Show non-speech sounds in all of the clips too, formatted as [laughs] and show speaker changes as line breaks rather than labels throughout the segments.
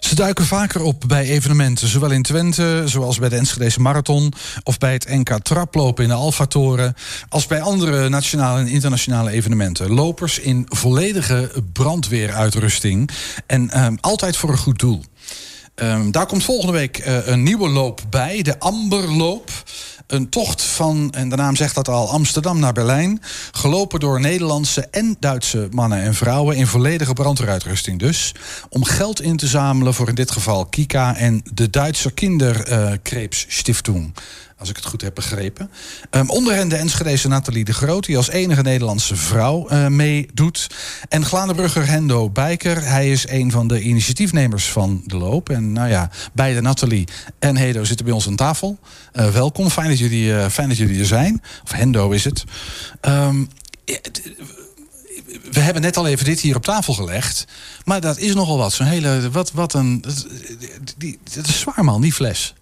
Ze duiken vaker op bij evenementen, zowel in Twente, zoals bij de Enschedese Marathon, of bij het NK Traplopen in de Alfa Toren, als bij andere nationale en internationale evenementen. Lopers in volledige brandweeruitrusting en eh, altijd voor een goed doel. Ehm, daar komt volgende week eh, een nieuwe loop bij, de Amberloop. Een tocht van, en de naam zegt dat al, Amsterdam naar Berlijn. Gelopen door Nederlandse en Duitse mannen en vrouwen. In volledige brandweeruitrusting dus. Om geld in te zamelen voor in dit geval Kika en de Duitse Kinderkreepsstiftung. Als ik het goed heb begrepen. Ehm, onder hen de Enschedeze Nathalie de Groot, die als enige Nederlandse vrouw eh, meedoet. En Glanebrugger Hendo Bijker. Hij is een van de initiatiefnemers van de loop. En nou ja, beide Nathalie en Hedo zitten bij ons aan tafel. Eh, welkom, fijn dat, jullie, eh, fijn dat jullie er zijn. Of Hendo is het. Ehm, het- we hebben net al even dit hier op tafel gelegd. Maar dat is nogal wat. Zo'n hele. Wat, wat een. Dat, die, dat is zwaar, man, die fles.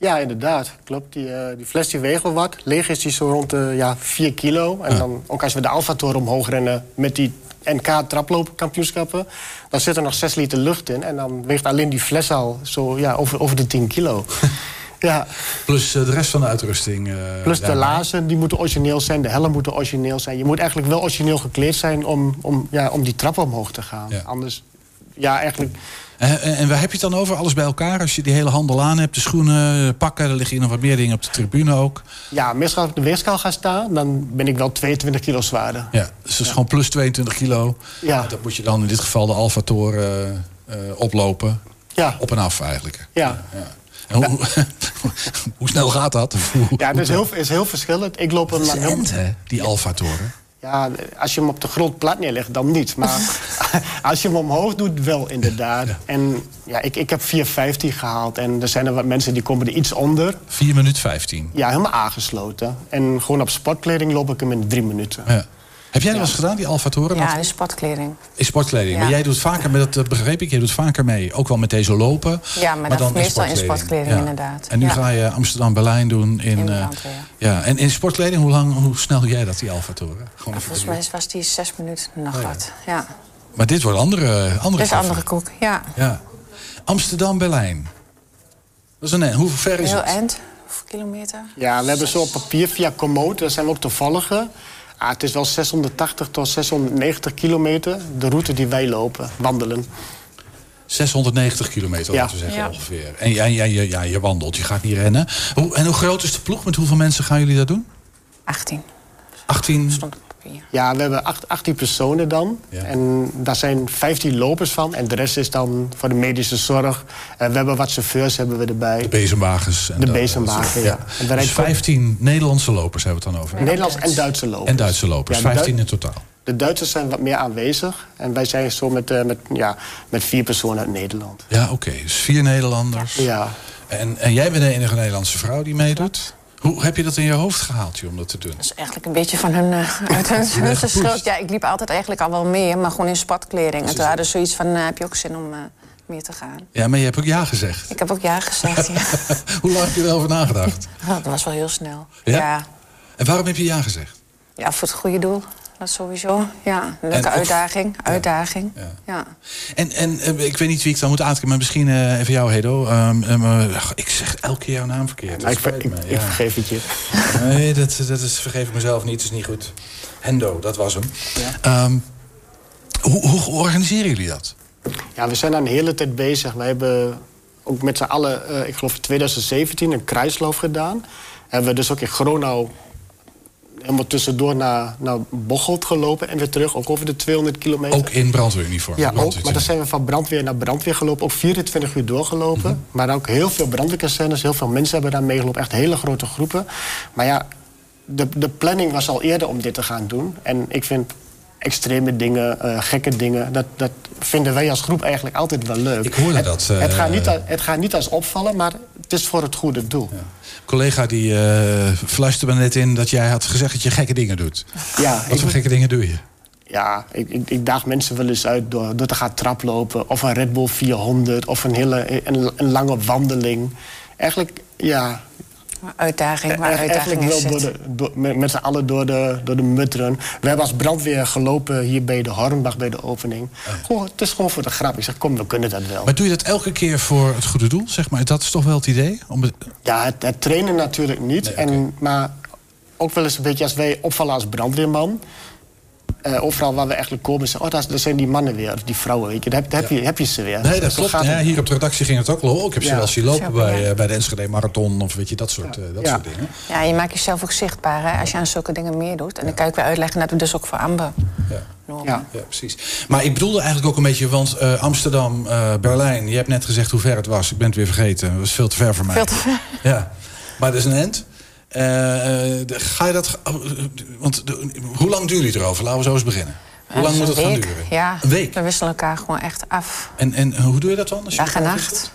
Ja, inderdaad. Klopt. Die, eh, die fles die weegt wel wat. Leeg is die zo rond de ja, 4 kilo. En dan ook als we de Alfa Toren omhoog rennen met die NK-traploopkampioenschappen... dan zit er nog 6 liter lucht in. En dan weegt alleen die fles al zo ja, over, over de
[laughs]
10 kilo. ja.
Plus eh, de rest van de uitrusting. eh,
Plus de
daarbij.
lazen, die moeten origineel zijn. De helm moeten origineel zijn. Je moet eigenlijk wel origineel gekleed zijn om, om, ja, om die trap omhoog te gaan.
Ja.
Anders, ja, eigenlijk...
Eh, En, waar heb je het dan over? Alles bij elkaar? Als je die hele handel aan hebt, de schoenen, de pakken, er liggen hier nog wat meer dingen op de tribune ook.
Ja, meestal op de weegschaal gaan staan, dan ben ik wel 22 kilo zwaarder.
Ja, dus dat is gewoon plus 22 kilo.
Ja.
Dat moet je dan in dit geval de Alfa Toren eh, eh, oplopen.
Ja.
Op en af eigenlijk.
Ja.
En hoe, [laughs] hoe snel gaat dat? Of hoe-
Ja, het is heel, is heel verschillend. Ik loop hem
Het is
maar heel-
end, hè, die Alfa Toren.
Ja, als je hem op de grond plat neerlegt, dan
[laughs]
niet. Maar als je hem omhoog doet, wel inderdaad. En ja, ik, ik heb 4,15 gehaald. En er zijn er wat mensen die komen er iets onder.
4 minuten 15.
Ja, helemaal aangesloten. En gewoon op sportkleding loop ik hem in drie minuten.
Ja. Heb jij dat eens gedaan, die Alfa Toren?
Ja,
Dat
in sportkleding.
is sportkleding.
Ja.
Maar jij doet vaker, met, dat eh, begreep ik, jij doet vaker mee. Ook wel met deze lopen.
Ja, maar dat meestal in sportkleding,
Ja.
inderdaad.
En nu
Ja.
ga je Amsterdam-Berlijn doen in...
In
eh,
Brandweer.
ja, en in sportkleding, hoe, lang, hoe snel doe jij dat, die Alfa Toren? Gewoon even
Volgens
doen.
mij was die zes minuten nog
Oh ja.
wat. Ja.
Maar dit wordt andere, andere
Dat is een
koffie.
andere koek. Ja.
Ja. Amsterdam-Berlijn. Dat is een eind. Hoe ver is
Heel
het?
eind. Hoeveel kilometer?
Ja, we hebben zo op papier via Komoot, daar zijn we ook toevallige. Ah, het is wel 680 tot 690 kilometer, de route die wij lopen, wandelen.
690 kilometer,
Ja.
laten we zeggen
Ja.
ongeveer. En jij, jij, jij- ja, je wandelt, je gaat niet rennen. Hoe, en hoe groot is de ploeg? Met hoeveel mensen gaan jullie dat doen?
18.
Hm. 18?
Stond op papier.
Ja, we hebben acht- 18 personen dan.
Ja.
En daar zijn 15 lopers van. En de rest is dan voor de medische zorg. En we hebben wat chauffeurs hebben we
De
erbij.
bezemwagens. En
De
dat-
bezemwagen, ja. En daar
Dus
rijdt ook-
15 Nederlandse lopers hebben we het dan over.
Nederlands en Duitse lopers.
En Duitse lopers,
Ja, de
15
Duit-
in totaal.
De Duitsers zijn wat meer aanwezig. En wij zijn zo met, eh, met, ja, met vier personen uit Nederland.
Ja, oké. Dus vier Nederlanders.
Ja.
En, en jij bent de enige Nederlandse vrouw die meedoet. Hoe heb je dat in je hoofd gehaald, joh, om dat te doen?
Dat is eigenlijk een beetje van hun, eh, [laughs] uit hun, hun
gepusht.
schuld. Ja, ik liep altijd eigenlijk al wel mee, maar gewoon in sportkleding. En toen hadden ze zoiets van, eh, heb je ook zin om eh, mee te gaan?
Ja, maar je hebt ook ja gezegd. [laughs]
Ik heb ook ja gezegd, ja. Oh,
Hoe lang heb je erover nagedacht?
Dat was wel heel snel.
Ja?
Ja.
En waarom heb je ja gezegd?
Ja, voor het goede doel. Dat sowieso. Ja, een
En
leuke
of-
uitdaging.
ja.
Uitdaging.
Ja.
ja.
En, en eh, ik weet niet wie ik dan moet aankijken, maar misschien eh, even jou, Hedo. Ehm, ehm, eh, ach, ik zeg elke keer jouw naam verkeerd. Dat
ik, ver-
spijt
ik,
me, ja.
ik vergeef het je.
Nee, dat, dat is, vergeef ik mezelf niet, dat is niet goed. Hendo, dat was hem. Ehm, hoe, hoe organiseren jullie dat?
Ja, we zijn daar een hele tijd bezig. Wij hebben ook met z'n allen, eh, ik geloof in 2017, een kruisloof gedaan. Hebben we dus ook in Gronau helemaal tussendoor naar, naar Bocholt gelopen... en weer terug, ook over de 200 kilometer.
Ook in brandweeruniform?
ja, ook,
brandweertuniform.
maar dan zijn we van brandweer naar brandweer gelopen. Ook 24 uur doorgelopen.
Mhm.
Maar ook heel veel brandweerkazernes, heel veel mensen hebben daar meegelopen. Echt hele grote groepen. Maar ja, de, de planning was al eerder om dit te gaan doen. En ik vind extreme dingen, eh, gekke dingen... Dat, dat vinden wij als groep eigenlijk altijd wel leuk.
Ik hoorde
het,
dat, eh,
Het, gaat niet, a- het gaat niet als opvallen, maar het is voor het goede doel. Ja,
Een collega die eh, fluisterde me net in dat jij had gezegd dat je gekke dingen doet. Wat
ik,
voor gekke dingen doe je?
ja ik, ik, ik daag mensen wel eens uit door, door te gaan traplopen. Of een Red Bull 400, of een, hele, een, een lange wandeling. Eigenlijk, ja...
E-
Uitdaging, waar
Echt-
uitdaging in
eigenlijk wel
zit.
door de, door- met, met z'n allen door de, door de mutteren. We hebben als brandweer gelopen hier bij de Hornbach bij de opening. Gewoon, het is gewoon voor de grap. Ik zeg, kom, we kunnen dat wel.
Maar doe je dat elke keer voor het goede doel, zeg maar? Dat is toch wel het idee? Om het-
Ja, het, het trainen natuurlijk niet.
Nee,
en, maar ook wel eens een beetje als wij opvallen als brandweerman. eh, overal waar we eigenlijk komen, zeggen, oh, daar, daar zijn die mannen weer, of die vrouwen. Weet je, daar, heb- daar heb, je, heb je ze weer.
Nee, dat
Zo
klopt.
gaat
Ja,
het.
hier op de redactie ging het ook wel. Oh, ik heb ze
Ja.
wel zien lopen
Zo,
bij,
ja.
eh, bij de Enschede Marathon of weet je, dat soort, eh, dat
Ja.
soort dingen.
Ja, je maakt jezelf ook zichtbaar hè, als je aan zulke dingen meer doet. En dan kan ik weer uitleggen dat we dus ook voor Amber
Ja.
normen.
Ja.
Ja, precies. Maar ik bedoelde eigenlijk ook een beetje, want eh, Amsterdam, eh, Berlijn, je hebt net gezegd hoe ver het was. Ik ben het weer vergeten. Het was veel te ver voor mij.
Veel te ver.
Ja, maar dat is een end. Eh, eh, de- ga je dat. oh, eh, want de- hoe lang duren jullie erover? Laten we zo eens beginnen. Hoe lang
Ja,
moet
dus
het
een
gaan
week.
duren?
Ja,
Een week.
we wisselen elkaar gewoon echt af.
En, en hoe doe je dat dan? als je
Dag en
elkaar
nacht.
wisselt?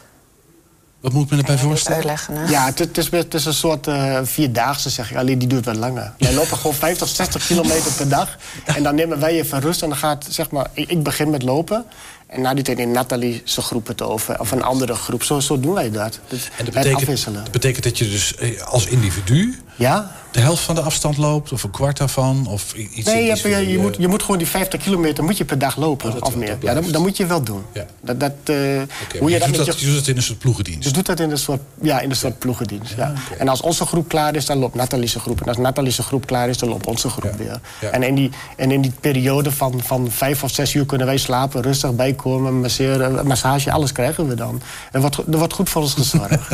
Wat moet ik me erbij
Ja, niet
voorstellen?
Eh, uitleggen, hè.
Ja, het, het is, het is een soort eh, vierdaagse, zeg ik. Alleen die duurt wat langer. Wij lopen gewoon 50, 60 kilometer per dag. En dan nemen wij even rust. En dan gaat, zeg maar, ik, ik begin met lopen. En na die tijd neemt Nathalie zijn groep het over. Of een andere groep. Zo, zo doen wij dat. Dus
En dat
het
betekent,
afwisselen.
dat betekent dat je dus eh, als individu
Ja?
de helft van de afstand loopt, of een kwart daarvan, of i- iets.
Nee, je,
iets
hebt- je,
van
je
die,
moet,
eh, Oh,
je moet gewoon die 50 kilometer moet je per dag lopen.
dat
of
wel,
meer.
dat
Ja, dat,
blijft.
dat moet je wel doen.
Ja.
Dat, dat, eh,
oké,
hoe
maar
je
je,
dat
doet
met
dat,
je...
je doet het in een soort ploegendienst.
Dus doet dat in een soort, ja, in een soort ploegendienst. Ja.
oké.
En als onze groep klaar is, dan loopt Nathalie zijn groep. En als Nathalie zijn groep klaar is, dan loopt onze groep
Ja,
weer.
ja.
En, in die, en in die periode van, van vijf of zes uur kunnen wij slapen, rustig bijkomen, masseren, massage, alles krijgen we dan. Er wordt, go- er wordt goed voor ons
[laughs]
gezorgd.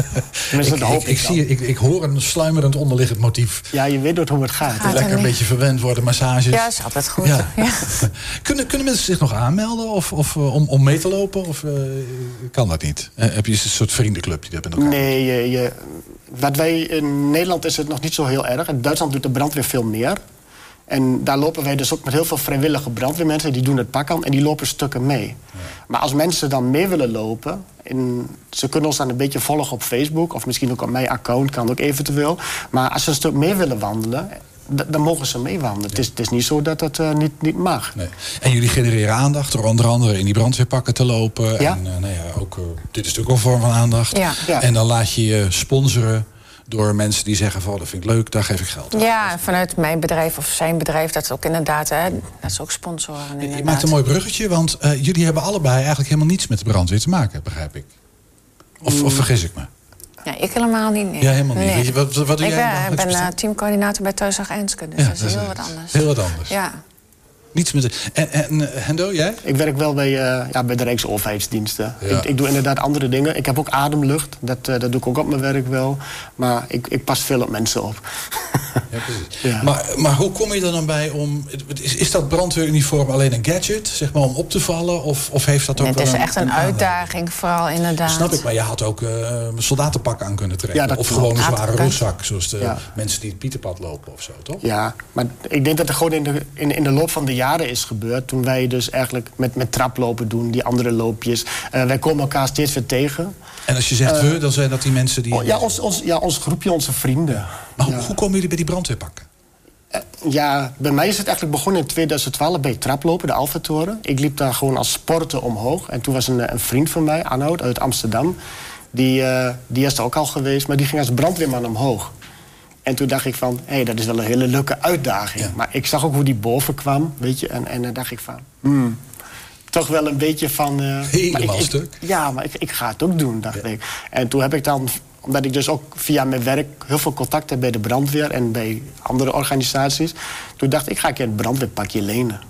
Tenminste,
ik,
dat hoop
ik,
ik,
ik
dan.
zie, ik, ik hoor een sluimerend onderliggend motief.
Ja, je weet nooit hoe het gaat.
Gaat er
Lekker een
niet.
beetje verwend worden, massages.
Ja, is altijd goed.
Ja.
Ja.
[laughs] kunnen, kunnen mensen zich nog aanmelden of, of, eh, om, om mee te lopen? Of eh, kan dat niet? Eh, heb je een soort vriendenclub die dat met elkaar
Nee, je, je- wat wij, in Nederland is het nog niet zo heel erg. In Duitsland doet de brandweer veel meer. En daar lopen wij dus ook met heel veel vrijwillige brandweermensen. Die doen het pak aan en die lopen stukken mee. Maar als mensen dan mee willen lopen... En ze kunnen ons dan een beetje volgen op Facebook... of misschien ook op mijn account, kan ook eventueel. Maar als ze een stuk mee willen wandelen... d- dan mogen ze meewandelen. Het, is, het is niet zo dat dat eh, niet, niet mag.
Nee. En jullie genereren aandacht door onder andere in die brandweerpakken te lopen.
Ja.
En eh, nou ja, ook, eh, dit is natuurlijk wel een vorm van aandacht.
Ja.
Ja.
En dan laat je je sponsoren door mensen die zeggen van oh, dat vind ik leuk, daar geef ik geld aan.
Ja, en vanuit mijn bedrijf of zijn bedrijf, dat is ook inderdaad, hè, dat is ook sponsoren.
Je
inderdaad.
maakt een mooi bruggetje, want eh, jullie hebben allebei eigenlijk helemaal niets met de brandweer te maken, begrijp ik. Of, of vergis ik me?
Ja, ik helemaal niet. nee.
Ja, helemaal niet.
Nee.
Weet je, wat, wat doe
ik
jij
ben, ik
dagelijks
ben eh,
bestaan?
teamcoördinator bij Thuisdag Enske, dus
Ja,
dat is heel wat
eh,
anders.
Heel wat anders.
Ja,
Niets met de- en, en eh, Hendo, jij?
Ik werk wel bij, eh, ja, bij de Rijksoverheidsdiensten.
Ja.
Ik, ik doe inderdaad andere dingen. Ik heb ook ademlucht. Dat, eh, dat doe ik ook op mijn werk wel. Maar ik, ik pas veel op mensen op.
Ja, precies.
[laughs] Ja.
Maar, maar hoe kom je er dan bij om... Is, is dat brandweeruniform alleen een gadget, zeg maar, om op te vallen? Of, of heeft dat ook
Nee, het
wel
is echt een
aanleiding?
uitdaging vooral inderdaad.
eh, Snap ik, maar je had ook eh, een soldatenpak aan kunnen trekken.
Ja, dat
of
klopt.
gewoon een zware
Soldatenpak.
rugzak, zoals de
Ja.
mensen die het Pieterpad lopen of zo, toch?
Ja, maar ik denk dat er gewoon in de, in, in de loop van de jaren is gebeurd. Toen wij dus eigenlijk met, met traplopen doen, die andere loopjes. Eh, wij komen elkaar steeds weer tegen.
En als je zegt we, dan zijn dat die mensen die...
Eh. Oh, ja, ons, ons, ja, ons groepje, onze vrienden.
maar hoe,
ja.
hoe komen jullie bij die brandweerpakken?
Eh, Ja, bij mij is het eigenlijk begonnen in 2012 bij het traplopen, de Alfatoren. Ik liep daar gewoon als sporter omhoog. En toen was een, eh, een vriend van mij, Arnoud, uit Amsterdam. Die, eh, die is er ook al geweest, maar die ging als brandweerman omhoog. En toen dacht ik van, hé, dat is wel een hele leuke uitdaging.
Ja.
Maar ik zag ook hoe die boven kwam, weet je. En, en dan dacht ik van, hmm, toch wel een beetje van... eh,
Helemaal
maar ik- ik-
stuk.
ja, maar ik, ik ga het ook doen, dacht ik. En toen heb ik dan, omdat ik dus ook via mijn werk heel veel contact heb bij de brandweer en bij andere organisaties, toen dacht ik, ik ga een keer een brandweerpakje lenen.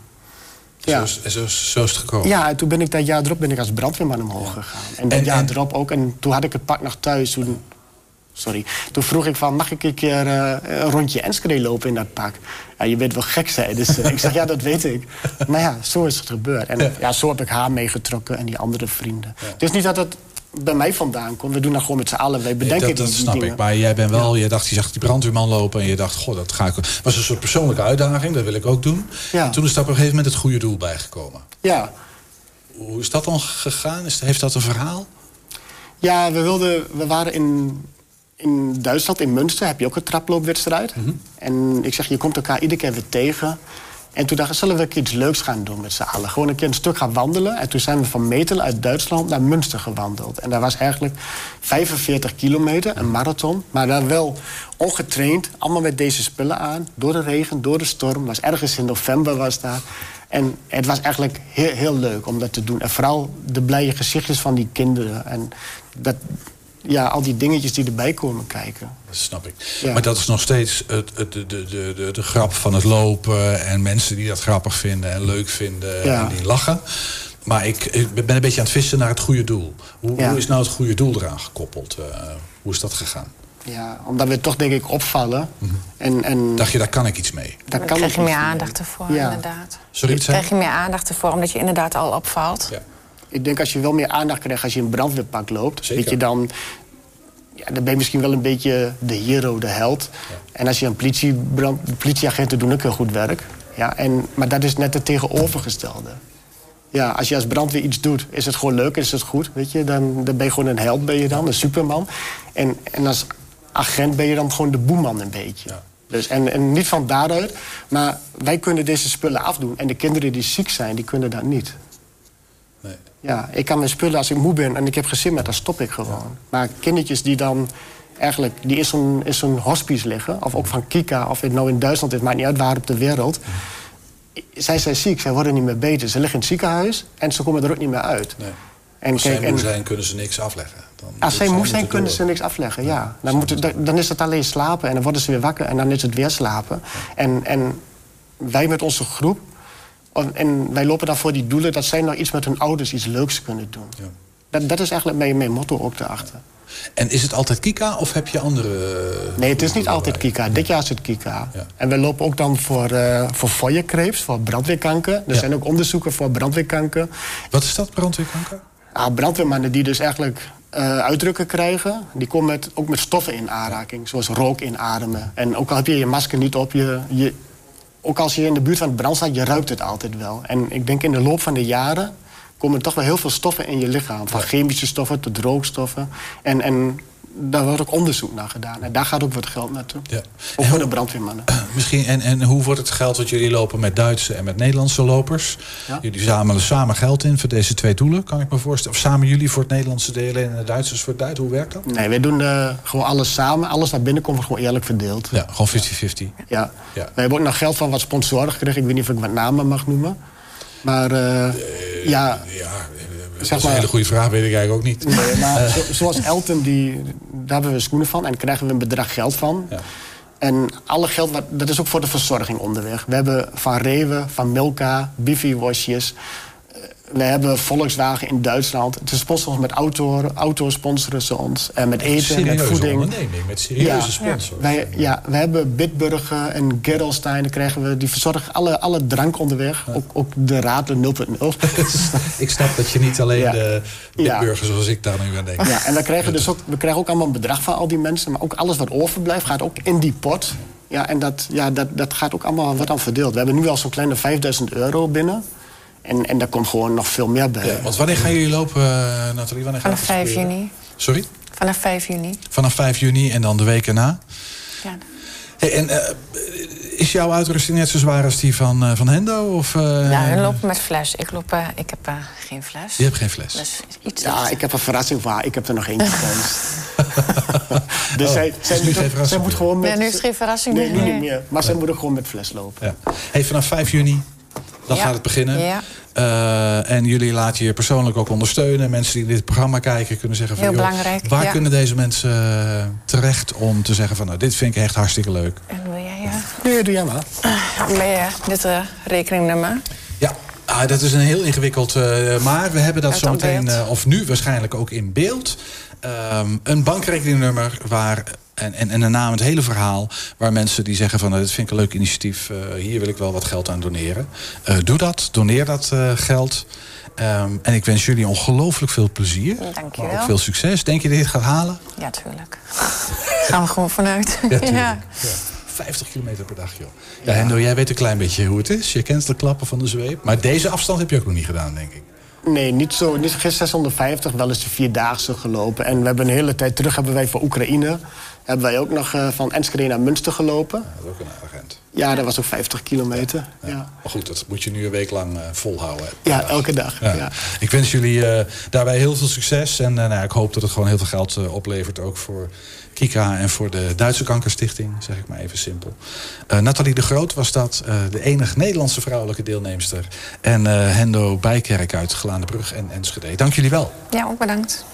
Zo,
Ja.
is, zo, is- zo is het gekomen.
Ja, en toen ben ik dat jaar erop ben ik als brandweerman omhoog gegaan. En dat
En-
jaar
en-
erop ook. En toen had ik het pak nog thuis. Toen, sorry. Toen vroeg ik van, mag ik een keer eh, een rondje Enschede lopen in dat pak? Ja, je bent wel gek, zei dus, [laughs] Ik zeg, ja, dat weet ik. Maar ja, zo is het gebeurd. En ja. zo heb ik haar meegetrokken en die andere vrienden. Het is niet dat het bij mij vandaan komt. We doen dat gewoon met z'n allen. Wij
Nee,
bedenken
dat, dat
die- die
snap
dingen.
ik. Maar jij bent wel, je dacht, je zag die brandweerman lopen en je dacht, goh, dat ga ik. Het was een soort persoonlijke uitdaging, dat wil ik ook doen.
Ja.
En toen is daar op een gegeven moment het goede doel bijgekomen.
Ja.
Hoe is dat dan gegaan? Is, heeft dat een verhaal?
Ja, we, wilden, we waren in, in Duitsland, in Münster, heb je ook een traploopwedstrijd. En ik zeg, je komt elkaar iedere keer weer tegen. En toen dachten we, zullen we een keer iets leuks gaan doen met z'n allen? Gewoon een keer een stuk gaan wandelen. En toen zijn we van Metelen uit Duitsland naar Münster gewandeld. En daar was eigenlijk 45 kilometer, een marathon. Maar daar wel ongetraind, allemaal met deze spullen aan. Door de regen, door de storm. Was ergens in november was daar. En het was eigenlijk heel, heel leuk om dat te doen. En vooral de blije gezichtjes van die kinderen. En dat, ja, al die dingetjes die erbij komen kijken.
Dat snap ik.
Ja.
Maar dat is nog steeds het, het, de, de, de, de, de grap van het lopen. En mensen die dat grappig vinden en leuk vinden
Ja.
en die lachen. Maar ik, ik ben een beetje aan het vissen naar het goede doel. Hoe,
Ja.
hoe is nou het goede doel eraan gekoppeld? Eh, hoe is dat gegaan?
Ja, omdat we toch denk ik opvallen. En, en
Dacht je, daar kan ik iets mee?
daar kan
Dan Mhm. krijg je
ook
meer
iets mee.
aandacht ervoor,
Ja.
inderdaad.
Sorry, wat zei je?
krijg je meer aandacht ervoor, omdat je inderdaad al opvalt.
Ja.
Ik denk als je wel meer aandacht krijgt als je in brandweerpak loopt...
Zeker.
Dat je dan, ja, dan ben je misschien wel een beetje de hero, de held. En als je een politie, brand, politieagenten doen ook heel goed werk. Ja, en, maar dat is net het tegenovergestelde. Ja, als je als brandweer iets doet, is het gewoon leuk, is het goed. Weet je? Dan, dan ben je gewoon een held, ben je dan, een superman. En, en als agent ben je dan gewoon de boeman een beetje.
Ja.
Dus, en, en niet van daaruit, maar wij kunnen deze spullen afdoen. En de kinderen die ziek zijn, die kunnen dat niet.
Nee.
Ja, ik kan mijn spullen als ik moe ben en ik heb gezin met, dan stop ik gewoon. Maar kindertjes die dan eigenlijk die in zo'n in zo'n hospice liggen, of ook van Kika, of het nou in Duitsland is, maakt niet uit waar op de wereld. Zij zijn ziek, zij worden niet meer beter. Ze liggen in het ziekenhuis en ze komen er ook niet meer uit.
Nee.
En
Als zij
kijk,
moe
en-
zijn, kunnen ze niks afleggen. Dan
als zij moe
moeten
zijn, kunnen ze
door.
niks afleggen, ja. Dan, moeten, dan- dan is het alleen slapen en dan worden ze weer wakker en dan is het weer slapen. En, en wij met onze groep, en- en wij lopen dan voor die doelen... dat zij nou iets met hun ouders iets leuks kunnen doen.
Ja.
Dat, dat is eigenlijk mijn, mijn motto ook daarachter.
En is het altijd Kika of heb je andere... eh,
Nee, het is niet
doelen
altijd
erbij?
Kika. Dit jaar is het Kika.
Ja.
En we lopen ook dan voor, eh voor fooierkreeps, voor brandweerkanker. Er
Ja.
zijn ook onderzoeken voor brandweerkanker.
Wat is dat, brandweerkanker?
Ah, brandweermannen die dus eigenlijk eh, uitdrukken krijgen... die komen met, ook met stoffen in aanraking, zoals rook inademen. En ook al heb je je masker niet op, je, je, ook als je in de buurt van het brand staat... je ruikt het altijd wel. En ik denk in de loop van de jaren komen er toch wel heel veel stoffen in je lichaam. Van chemische stoffen tot rookstoffen. En, en daar wordt ook onderzoek naar gedaan. En daar gaat ook wat geld naartoe.
Ja.
Ook
En
voor
hoe-
de brandweermannen.
Misschien, en, en hoe wordt het geld dat jullie lopen met Duitse en met Nederlandse lopers?
Ja.
Jullie zamelen samen geld in voor deze twee doelen, kan ik me voorstellen. Of samen jullie voor het Nederlandse delen en de Duitsers voor het Duits. Hoe werkt dat?
Nee, wij doen eh, gewoon alles samen. Alles wat binnenkomt wordt gewoon eerlijk verdeeld.
Ja, gewoon 50-50.
Ja.
Ja.
We hebben ook nog geld van wat sponsoren gekregen. Ik weet niet of ik wat namen mag noemen. Maar eh,
Ja,
ja, [laughs]
eh, dat
Zeg
is een
maar-
hele goede vraag, weet ik eigenlijk ook niet.
nee, maar zo- zoals Elton, die, daar hebben we schoenen van. En daar krijgen we een bedrag geld van.
Ja.
En alle geld, wat, dat is ook voor de verzorging onderweg. We hebben Van Rewe, Van Milka, Bifi-wasjes. Eh, We hebben Volkswagen in Duitsland. Ze sponsoren ons met auto, auto sponsoren ze ons. En met eten, met
Serieuze
voeding.
onderneming met serieuze
Ja.
sponsors.
Wij, ja, we hebben Bitburger en Gerolstein. daar Krijgen we, die verzorgen alle, alle drank onderweg. Ook, ook de Radler
[laughs]
0.0.
ik snap dat je niet alleen
Ja.
de
Ja.
burgers zoals ik daar nu aan denk.
ja, en we krijgen, dus ook, we krijgen ook allemaal een bedrag van al die mensen. Maar ook alles wat overblijft gaat ook in die pot. Ja, en dat, ja, dat, dat gaat ook allemaal wat aan verdeeld. We hebben nu al zo'n kleine 5000 euro binnen. En, en daar komt gewoon nog veel meer bij.
Ja, want wanneer gaan jullie lopen, eh, Nathalie? Wanneer gaat
Vanaf
het
5
gebeuren?
juni.
Sorry?
Vanaf 5 juni.
Vanaf 5 juni en dan de week erna?
Ja.
Hey, en eh, is jouw uitrusting net zo zwaar als die van, eh, van Hendo? Of, eh,
Ja, hun lopen met fles. Ik, loop, eh, ik heb eh, geen fles.
Je hebt geen fles.
Dus iets
Ja,
lichter.
ik heb een verrassing voor haar. Ik heb er
[laughs]
nog eentje gewenst. dus zij,
dus
zij,
nu
moet,
geen
ook- zij
verrassing
moet
meer.
gewoon met...
Nee, nu is het geen verrassing
Nee,
meer.
nu niet meer. Maar zij moet ook gewoon met fles lopen.
Ja. Hey, vanaf 5 juni, dan
Ja.
gaat het beginnen.
Ja.
Eh, en jullie laten je persoonlijk ook ondersteunen. Mensen die dit programma kijken kunnen zeggen van...
Heel
joh,
belangrijk,
waar
ja.
kunnen deze mensen eh, terecht om te zeggen van... nou, dit vind ik echt hartstikke leuk.
En wil jij eh,
Nee, doe jij maar.
wil jij dit eh, rekeningnummer?
Ja, ah, dat is een heel ingewikkeld. eh, maar we hebben dat
Uit
zo
aan
meteen,
beeld.
eh, of nu waarschijnlijk ook in beeld. Ehm, een bankrekeningnummer waar. En, en, en daarna het hele verhaal waar mensen die zeggen van... eh, dit vind ik een leuk initiatief, eh, hier wil ik wel wat geld aan doneren. Eh, doe dat, doneer dat eh, geld. Ehm, en ik wens jullie ongelooflijk veel plezier.
Dank je
maar ook
wel.
veel succes. Denk je dat je dit gaat
[laughs]
halen?
Ja, tuurlijk.
[laughs]
Gaan we gewoon vanuit.
Ja, tuurlijk. Ja. 50 kilometer per dag, joh. Ja, Hendo, jij weet een klein beetje hoe het is. Je kent de klappen van de zweep. Maar deze afstand heb je ook nog niet gedaan, denk ik.
Nee, niet zo. Niet gisteren 650, wel eens de vierdaagse gelopen. En we hebben een hele tijd terug hebben wij voor Oekraïne Hebben wij ook nog eh, van Enschede naar Münster gelopen.
Dat is ook een agent.
Ja, dat was ook 50 kilometer. Ja, ja.
Maar goed, dat moet je nu een week lang eh, volhouden. hè, per dag.
elke dag.
Ja.
Ja.
Ik wens jullie eh, daarbij heel veel succes. En eh, nou ja, ik hoop dat het gewoon heel veel geld eh, oplevert. Ook voor Kika en voor de Duitse Kankerstichting. Zeg ik maar even simpel. Eh, Nathalie de Groot was dat. eh, de enige Nederlandse vrouwelijke deelnemster. En eh, Hendo Bijkerk uit Brug en Enschede. Dank jullie wel.
Ja, ook bedankt.